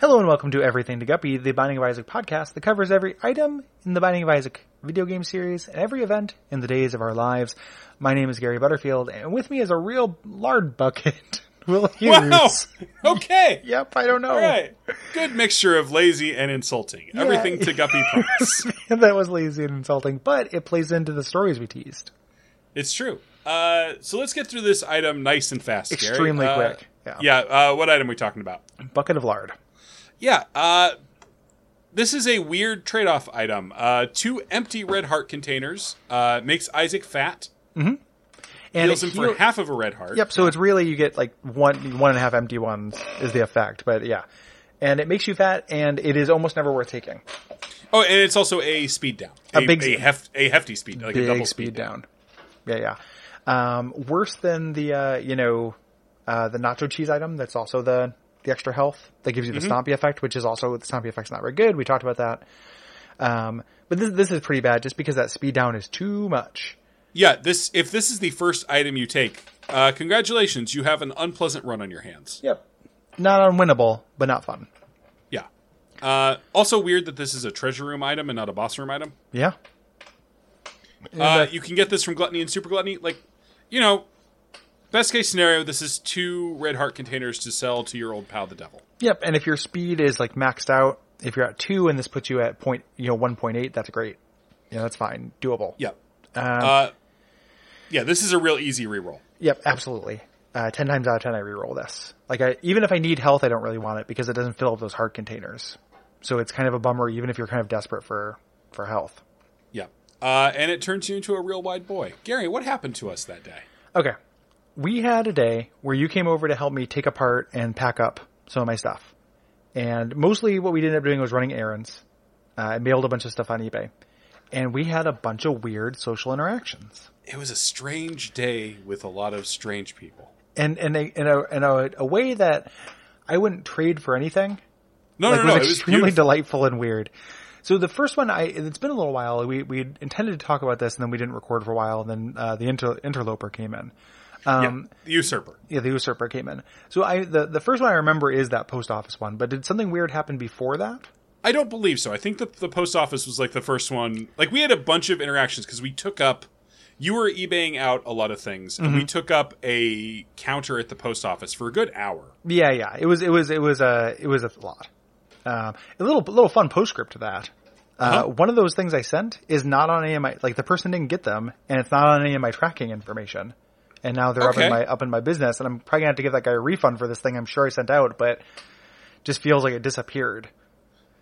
Hello and welcome to Everything to Guppy, the Binding of Isaac podcast that covers every item in the Binding of Isaac video game series and every event in the days of our lives. My name is Gary Butterfield, and with me is a real lard bucket, Will Hughes. Wow. Okay. Yep, I don't know. All right. Good mixture of lazy and insulting. Everything to Guppy promise. that was lazy and insulting, but it plays into the stories we teased. it's true. Uh, so let's get through this item nice and fast. Gary. Extremely Uh, quick. Yeah. Yeah. Uh, what item are we talking about? Bucket of lard. Yeah. Uh, this is a weird trade-off item. Uh, two empty red heart containers uh, makes Isaac fat. And Heals it him for heal- half of a red heart. Yep. So it's really you get like one one and a half empty ones is the effect, but yeah, and it makes you fat, and it is almost never worth taking. Oh, and it's also a speed down. A big- a, hef- a hefty speed, like a Big double speed down. Yeah, yeah. Um, worse than the uh, you know uh, the nacho cheese item. That's also the the extra health that gives you the stompy effect, which is also the stompy effect's not very good. We talked about that. Um, but this this is pretty bad just because that speed down is too much. Yeah, this if this is the first item you take, uh, congratulations, you have an unpleasant run on your hands. Yep. Not unwinnable, but not fun. Yeah. Uh, also weird that this is a treasure room item and not a boss room item. Yeah. Uh, you can get this from Gluttony and Super Gluttony. Like, you know, best case scenario, this is two red heart containers to sell to your old pal the devil. Yep, and if your speed is like maxed out, if you're at two and this puts you at point, you know, one point eight, that's great. Yeah, that's fine, doable. Yeah. uh, yeah, this is a real easy reroll. Yep, absolutely. Uh, ten times out of ten, I reroll this. Like, I, even if I need health, I don't really want it because it doesn't fill up those heart containers. So it's kind of a bummer, even if you're kind of desperate for for health. Yeah. Uh, and it turns you into a real wide boy. Gary, what happened to us that day? Okay, we had a day where you came over to help me take apart and pack up some of my stuff, and mostly what we ended up doing was running errands. Uh, I mailed a bunch of stuff on eBay, and we had a bunch of weird social interactions. It was a strange day with a lot of strange people. and and a, in a in a, a way that I wouldn't trade for anything. No, Like no, no. was it was extremely beautiful. delightful and weird. So the first one, I it's been a little while. We we had intended to talk about this, and then we didn't record for a while. And then uh, the inter, interloper came in. Um, Yeah, the usurper. yeah. the usurper came in. So I the the first one I remember is that post office one. But did something weird happen before that? I don't believe so. I think the the post office was like the first one. Like we had a bunch of interactions because we took up. You were eBaying out a lot of things, and Mhm. we took up a counter at the post office for a good hour. Yeah, yeah. It was it was it was a it was a lot. Um, a little little fun postscript to that. Uh, One of those things I sent is not on any of my like the person didn't get them, and it's not on any of my tracking information. And now they're up Okay. in my up in my business, and I'm probably gonna have to give that guy a refund for this thing I'm sure I sent out, but just feels like it disappeared.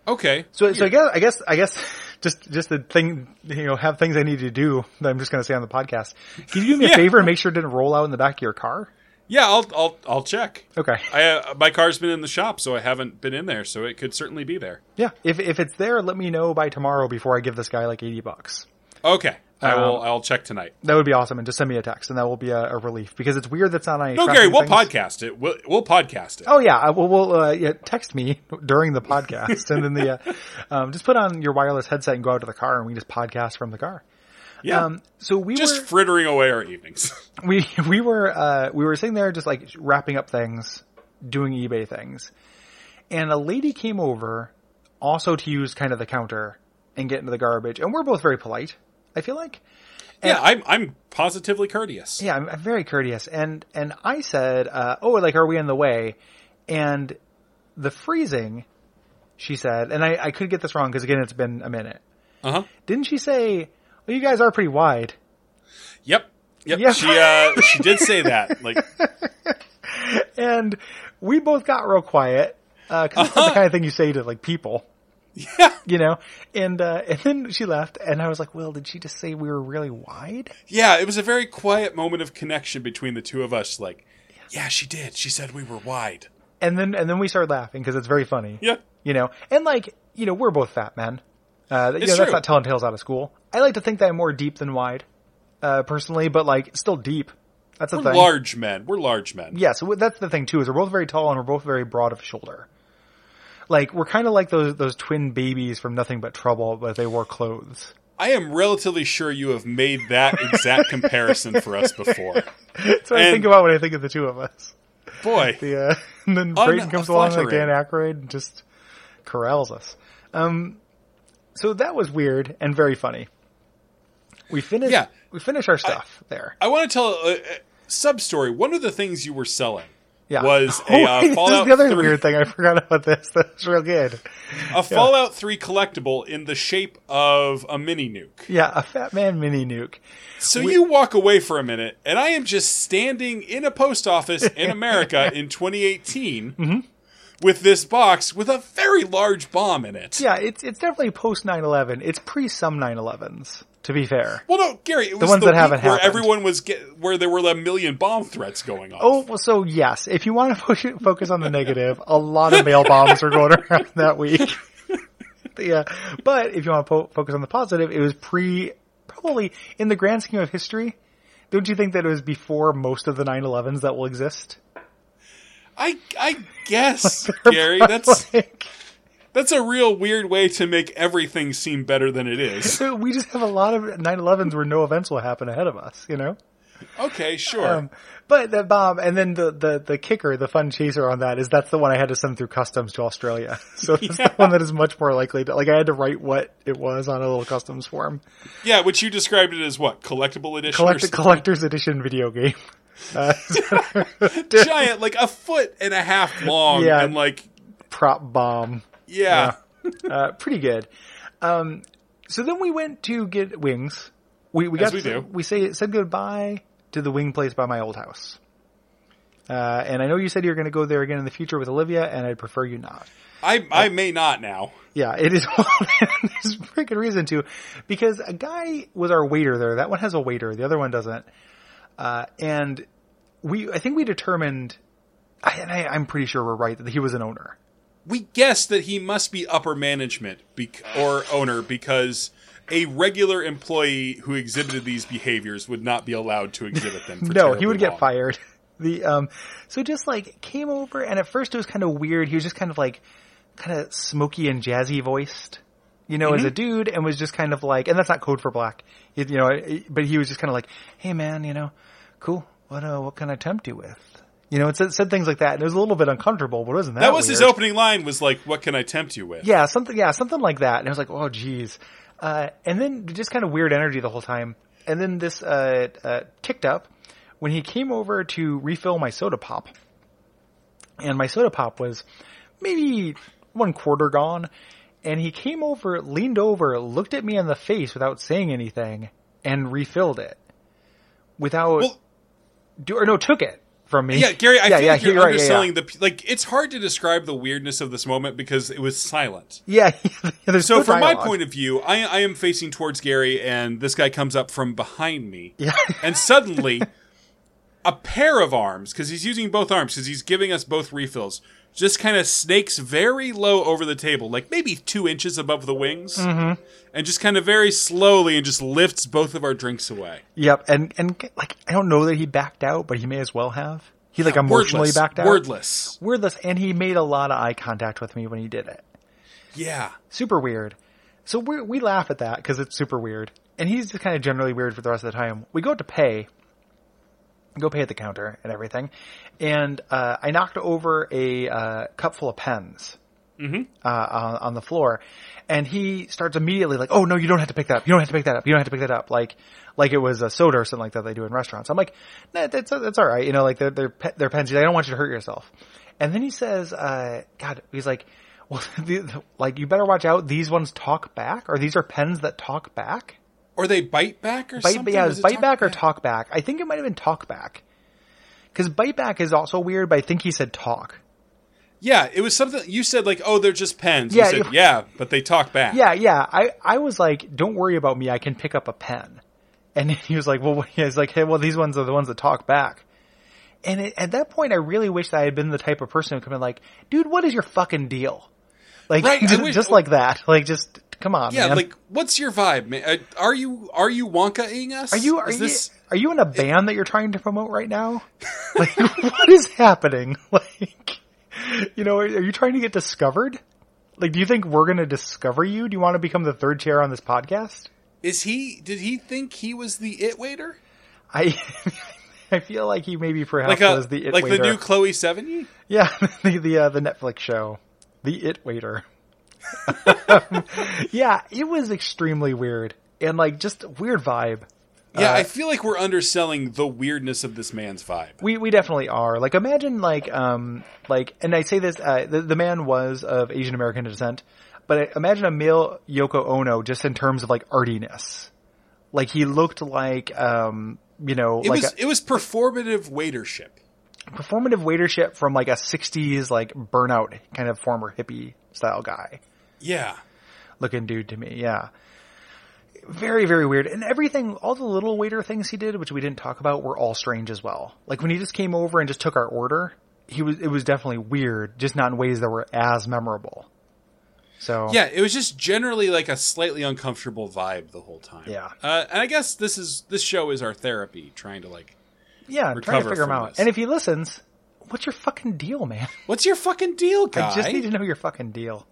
Okay, So so I guess I guess I guess just just the thing you know have things I need to do that I'm just gonna say on the podcast. Can you do me a Yeah. favor and make sure it didn't roll out in the back of your car? yeah, I'll I'll I'll check. Okay. I uh, my car's been in the shop, so I haven't been in there, so it could certainly be there. Yeah, if if it's there, let me know by tomorrow before I give this guy like eighty bucks. Okay, I Um, will I'll check tonight. That would be awesome, and just send me a text, and that will be a, a relief because it's weird that's not on. any No, tracking Gary, we'll things. podcast it. We'll we'll podcast it. Oh yeah, I- well, well uh, yeah, text me during the podcast, and then the uh, um, just put on your wireless headset and go out to the car, and we can just podcast from the car. yeah, Um, so we just were frittering away our evenings. we we were uh, we were sitting there just like wrapping up things, doing eBay things, and a lady came over also to use kind of the counter and get into the garbage, and we're both very polite. I feel like. yeah, I'm I'm positively courteous. Uh, Yeah, I'm, I'm very courteous, and and I said, uh, "Oh, like, are we in the way?" And the freezing, she said, and I, I could get this wrong because again, it's been a minute. Uh huh. Didn't she say, "Well, you guys are pretty wide"? Yep. Yep. Yeah. She uh she did say that. Like And we both got real quiet because it's not the kind of thing you say to like people, yeah. you know. And uh, and then she left, and I was like, "Well, did she just say we were really wide?" yeah, it was a very quiet moment of connection between the two of us like yeah, she did. She said we were wide. And then and then we started laughing because it's very funny. Yeah. you know, and like you know, we're both fat men. Uh, you know, It's that's true. not telling tales out of school. I like to think that I'm more deep than wide, uh, personally, but like still deep. That's the We're thing. large men. We're large men. Yeah, so that's the thing too. Is we're both very tall and we're both very broad of shoulder. Like we're kind of like those those twin babies from Nothing But Trouble, but they wore clothes. I am relatively sure you have made that exact comparison for us before. That's what I And- think about when I think of the two of us. Boy. Oh, Yeah, and then Brayden comes along like Unflattering. Dan Aykroyd, and just corrals us. Um, so that was weird and very funny. We finished. Yeah. we finished our stuff there. I want to tell a, a sub story. One of the things you were selling Yeah, was Oh, a wait, uh, this is Fallout the other 3, weird thing. I forgot about this. That's real good. a Fallout Three collectible in the shape of a mini nuke. Yeah, a Fat Man mini nuke. So you walk away for a minute, and I am just standing in a post office in America in 2018 Mm-hmm. with this box with a very large bomb in it. Yeah, it's it's definitely post 9-11. It's pre some 9-11s, to be fair. Well, no, Gary, it was the ones that week haven't where happened. everyone was get, where there were a million bomb threats going on. Oh, well, so yes, if you want to push it, focus on the negative, a lot of mail bombs were going around that week. yeah, but if you want to po- focus on the positive, it was pre, probably in the grand scheme of history. Don't you think that it was before most of the 9-11s that will exist? I I guess, Gary, that's Like, that's a real weird way to make everything seem better than it is. so we just have a lot of 9-11s where no events will happen ahead of us, you know? Okay, sure. Um, but that bomb, and then the, the, the kicker, the fun chaser on that is that's the one I had to send through customs to Australia. So it's the one that is much more likely to, like I had to write what it was on a little customs form. yeah, which you described it as what collectible edition, or Collect, something? collector's edition video game. Uh, giant, like a foot and a half long, Yeah. and like prop bomb. yeah, Uh, pretty good. Um, so then we went to get wings. We, we As got, we do. we say, said goodbye to the wing place by my old house. Uh, and I know you said you're going to go there again in the future with Olivia, and I'd prefer you not. Uh, I I may not now. Yeah, it is. There's a pretty good reason to, because a guy was our waiter there. That one has a waiter. The other one doesn't. Uh, and we, I think we determined, I, and I, I'm pretty sure we're right that he was an owner. We guess that he must be upper management bec- or owner because a regular employee who exhibited these behaviors would not be allowed to exhibit them. For No, terribly he would get long. fired. The um, so just like came over, and at first it was kind of weird. He was just kind of like, kind of smoky and jazzy voiced, you know, Mm-hmm. as a dude, and was just kind of like, and that's not code for black, you, you know. it- But he was just kind of like, hey man, you know, cool. What uh, what can I tempt you with? You know, it said, said things like that, and it was a little bit uncomfortable, but it wasn't that That was his weird. opening line. Was like, "What can I tempt you with?" Yeah, something. Yeah, something like that. And I was like, oh, geez. Uh, and then just kind of weird energy the whole time. And then this uh, uh, kicked up when he came over to refill my soda pop, and my soda pop was maybe one quarter gone. And he came over, leaned over, looked at me in the face without saying anything, and refilled it without Well- do or no took it from me. Yeah, Gary, I think you're, right, underselling the like. It's hard to describe the weirdness of this moment because it was silent. Yeah, yeah. there's So, no from my dialogue. point of view, I, I am facing towards Gary, and this guy comes up from behind me, yeah. and suddenly, a pair of arms because he's using both arms because he's giving us both refills. Just kind of snakes very low over the table, like maybe two inches above the wings, Mm-hmm. and just kind of very slowly and just lifts both of our drinks away. Yep, and and like I don't know that he backed out, but he may as well have. He like emotionally Wordless, backed out. wordless. Wordless, and he made a lot of eye contact with me when he did it. Yeah. Super weird. So we we laugh at that because it's super weird, and he's just kind of generally weird for the rest of the time. We go to pay, go pay at the counter and everything, and uh, I knocked over a uh, cup full of pens. Uh, on, on the floor, and he starts immediately like, "Oh no, you don't have to pick that up. You don't have to pick that up. You don't have to pick that up." Like, like it was a soda or something like that they do in restaurants. I'm like, "Nah, that's that's all right. You know, like they're they're, pe- they're pens. I don't want you to hurt yourself." And then he says, uh, "God," he's like, "Well, the, the- like you better watch out. These ones talk back, or these are pens that talk back." Or they bite back or Bite, something? yeah, it Was was it bite talk back or talk back. I think it might have been talk back. Because bite back is also weird, but I think he said talk. Yeah, it was something you said like, "Oh, they're just pens." Yeah, you said, you- "Yeah, but they talk back." Yeah, yeah. I, I was like, don't worry about me. I can pick up a pen. And he was like, well, what- he was like, hey, well, these ones are the ones that talk back. And it, at that point, I really wish that I had been the type of person who come in like, dude, what is your fucking deal? Like, Right, I just, wish- just like that. Like, just come on, Yeah, man. like what's your vibe, man? Uh, Are you are you Wonka-ing us? are you are Is this you are you in a band that you're trying to promote right now? Like, what is happening? Like, you know, are, are you trying to get discovered? Like, do you think we're going to discover you? Do you want to become the third chair on this podcast? is he did he think he was the it waiter? I I feel like he maybe perhaps Like a was the it like waiter. the new Chloe 70? yeah, the the, uh, the Netflix show, the it waiter. yeah, it was extremely weird and like just weird vibe. Uh, Yeah, I feel like we're underselling the weirdness of this man's vibe. We we definitely are. Like imagine like um like and I say this uh, the, the man was of Asian American descent, but I- imagine a male Yoko Ono just in terms of like artiness. Like he looked like um you know It like was it was performative waitership. a performative waitership from like a 60s like burnout kind of former hippie style guy. Yeah. looking dude to me. Yeah. Very, very weird. And everything, all the little waiter things he did, which we didn't talk about, were all strange as well. Like when he just came over and just took our order, he was, it was definitely weird, just not in ways that were as memorable. So, Yeah, it was just generally like a slightly uncomfortable vibe the whole time. Yeah. Uh, and I guess this is this show is our therapy trying to like yeah, I'm trying to recover figure him from out. this. And if he listens, what's your fucking deal, man? What's your fucking deal, guy? I just need to know your fucking deal.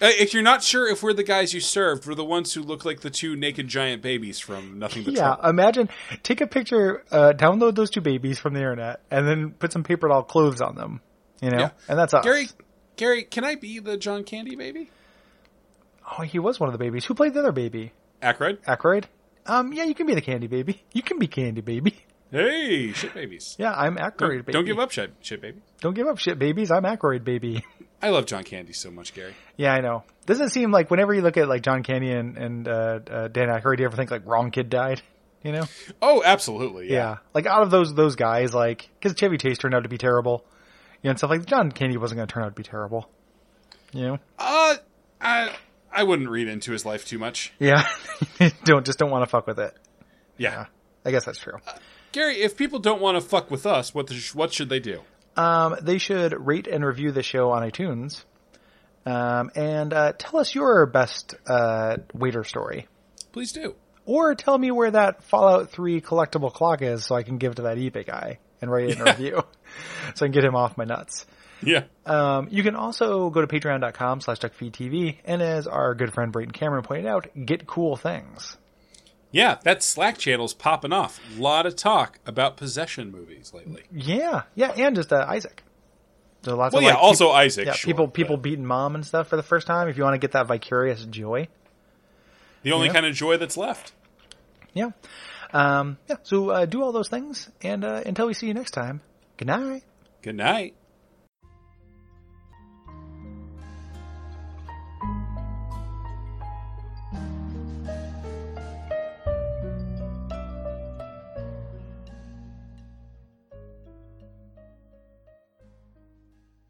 Uh, if you're not sure if we're the guys you served, we're the ones who look like the two naked giant babies from Nothing But Yeah, Trouble. imagine, take a picture, uh, download those two babies from the internet, and then put some paper doll clothes on them. You know? Yeah. And that's us. Gary, Gary, can I be the John Candy baby? Oh, he was one of the babies. Who played the other baby? Ackroyd? Aykroyd? Um, yeah, you can be the candy baby. You can be candy baby. Hey, shit babies. Yeah, I'm Aykroyd baby. Don't give up, shit, shit baby. Don't give up, shit babies. I'm Aykroyd baby. I love John Candy so much, Gary. yeah, I know. Doesn't it seem like whenever you look at like John Candy and, and uh, uh, Dan Aykroyd, you ever think like wrong kid died? You know? Oh, absolutely. Yeah. Yeah. Like out of those those guys, like because Chevy Chase turned out to be terrible, you know, and stuff like John Candy wasn't going to turn out to be terrible. You know? Uh, I I wouldn't read into his life too much. Yeah. don't just don't want to fuck with it. Yeah. I guess that's true. Gary, if people don't want to fuck with us, what the, what should they do? Um, they should rate and review the show on iTunes. Um, and uh, tell us your best uh, waiter story. Please do. Or tell me where that Fallout 3 collectible clock is so I can give it to that eBay guy and write it in a review so I can get him off my nuts. Yeah. Um, you can also go to patreon.com slash duckfeedtv and as our good friend Brayton Cameron pointed out, get cool things. Yeah, that Slack channel's popping off. A lot of talk about possession movies lately. Yeah, yeah, and just uh, Isaac. There's lots Well, of yeah, like, peop- also Isaac. yeah, sure, people but people beating mom and stuff for the first time if you want to get that vicarious joy. The only yeah. kind of joy that's left. Yeah. Um, yeah. So uh, do all those things, and uh, until we see you next time, good night. Good night.